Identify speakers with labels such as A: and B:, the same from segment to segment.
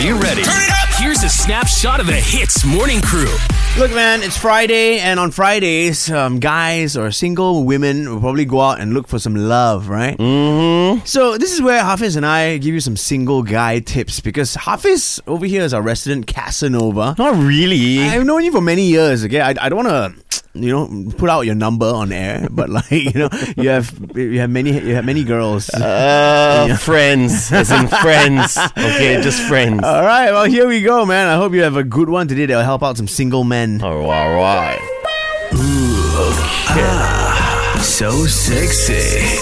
A: you ready? Turn it up! Here's a snapshot of the Hits Morning Crew.
B: Look, man, it's Friday, and on Fridays, um, guys or single women will probably go out and look for some love, right? Mm-hmm. So this is where Hafiz and I give you some single guy tips because Hafiz over here is our resident Casanova.
C: Not really.
B: I've known you for many years. Okay, I, I don't want to, you know, put out your number on air, but like you know, you have you have many you have many girls.
C: uh, friends, as in friends. Okay, just friends.
B: All right, well here we go, man. I hope you have a good one today. That'll help out some single men.
C: all right, all right.
A: So sexy.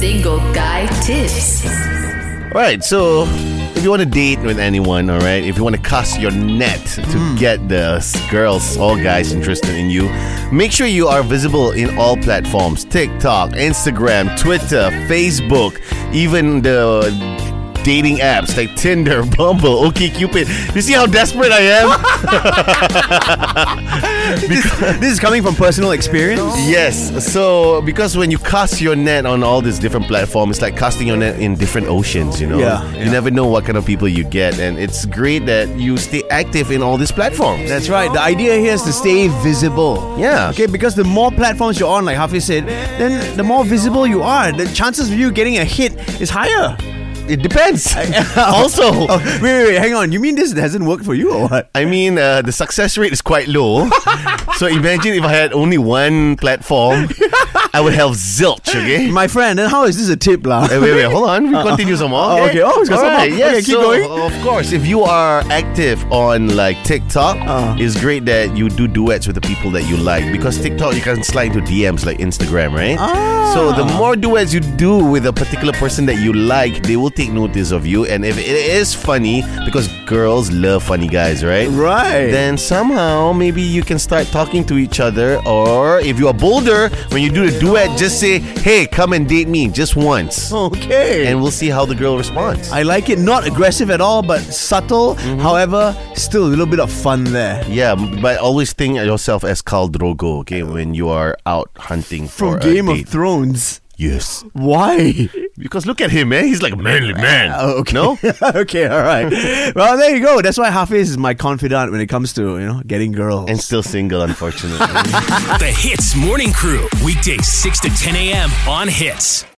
D: Single guy tips.
C: All right. So, if you want to date with anyone, all right, if you want to cast your net to get the s- girls or guys interested in you, make sure you are visible in all platforms: TikTok, Instagram, Twitter, Facebook, even the dating apps like Tinder, Bumble, OkCupid. You see how desperate I am?
B: This is coming from personal experience.
C: Yes. So because when you cast your net on all these different platforms, it's like casting your net in different oceans. You know,
B: Yeah,
C: you
B: yeah.
C: never know what kind of people you get, and it's great that you stay active in all these platforms.
B: That's right. The idea here is to stay visible.
C: Yeah.
B: Okay, because the more platforms you're on, like Hafiz said, then the more visible you are. The chances of you getting a hit is higher.
C: it depends. also,
B: Oh, wait, wait, wait, hang on. You mean this hasn't worked for you or what?
C: I mean, uh, the success rate is quite low. so imagine if I had only one platform, I would have zilch. Okay.
B: My friend, then how is this a tip, lah?
C: Eh, wait, wait, hold on. We continue some more.
B: Oh, Uh, okay. Oh, it's got
C: All
B: some
C: right,
B: more.
C: Yes,
B: Okay, keep
C: so,
B: going.
C: Of course, if you are active on like TikTok,
B: Uh.
C: it's great that you do duets with the people that you like because TikTok you can slide into DMs like Instagram, right?
B: Ah.
C: So the more duets you do with a particular person that you like, they will take notice of you. And if it is funny, because girls love funny guys, right?
B: Right.
C: Then somehow maybe you can start talking to each other, or if you are bolder, when you do the duet, just say, "Hey, come and date me just once."
B: okay.
C: and we'll see how the girl responds.
B: I like it. Not aggressive at all, but subtle. However, still a little bit of fun there.
C: yeah, but always think of yourself as Khal Drogo, okay, when you are out hunting
B: From
C: for a
B: Game
C: date.
B: of Thrones.
C: yes.
B: Why?
C: Because look at him, man. He's like a manly man.
B: Oh, okay.
C: No?
B: okay, all right. Well, there you go. That's why Hafiz is my confidant when it comes to, you know, getting girls.
C: And still single, unfortunately.
A: The Hits Morning Crew. Weekdays 6 to 10 a.m. on Hits.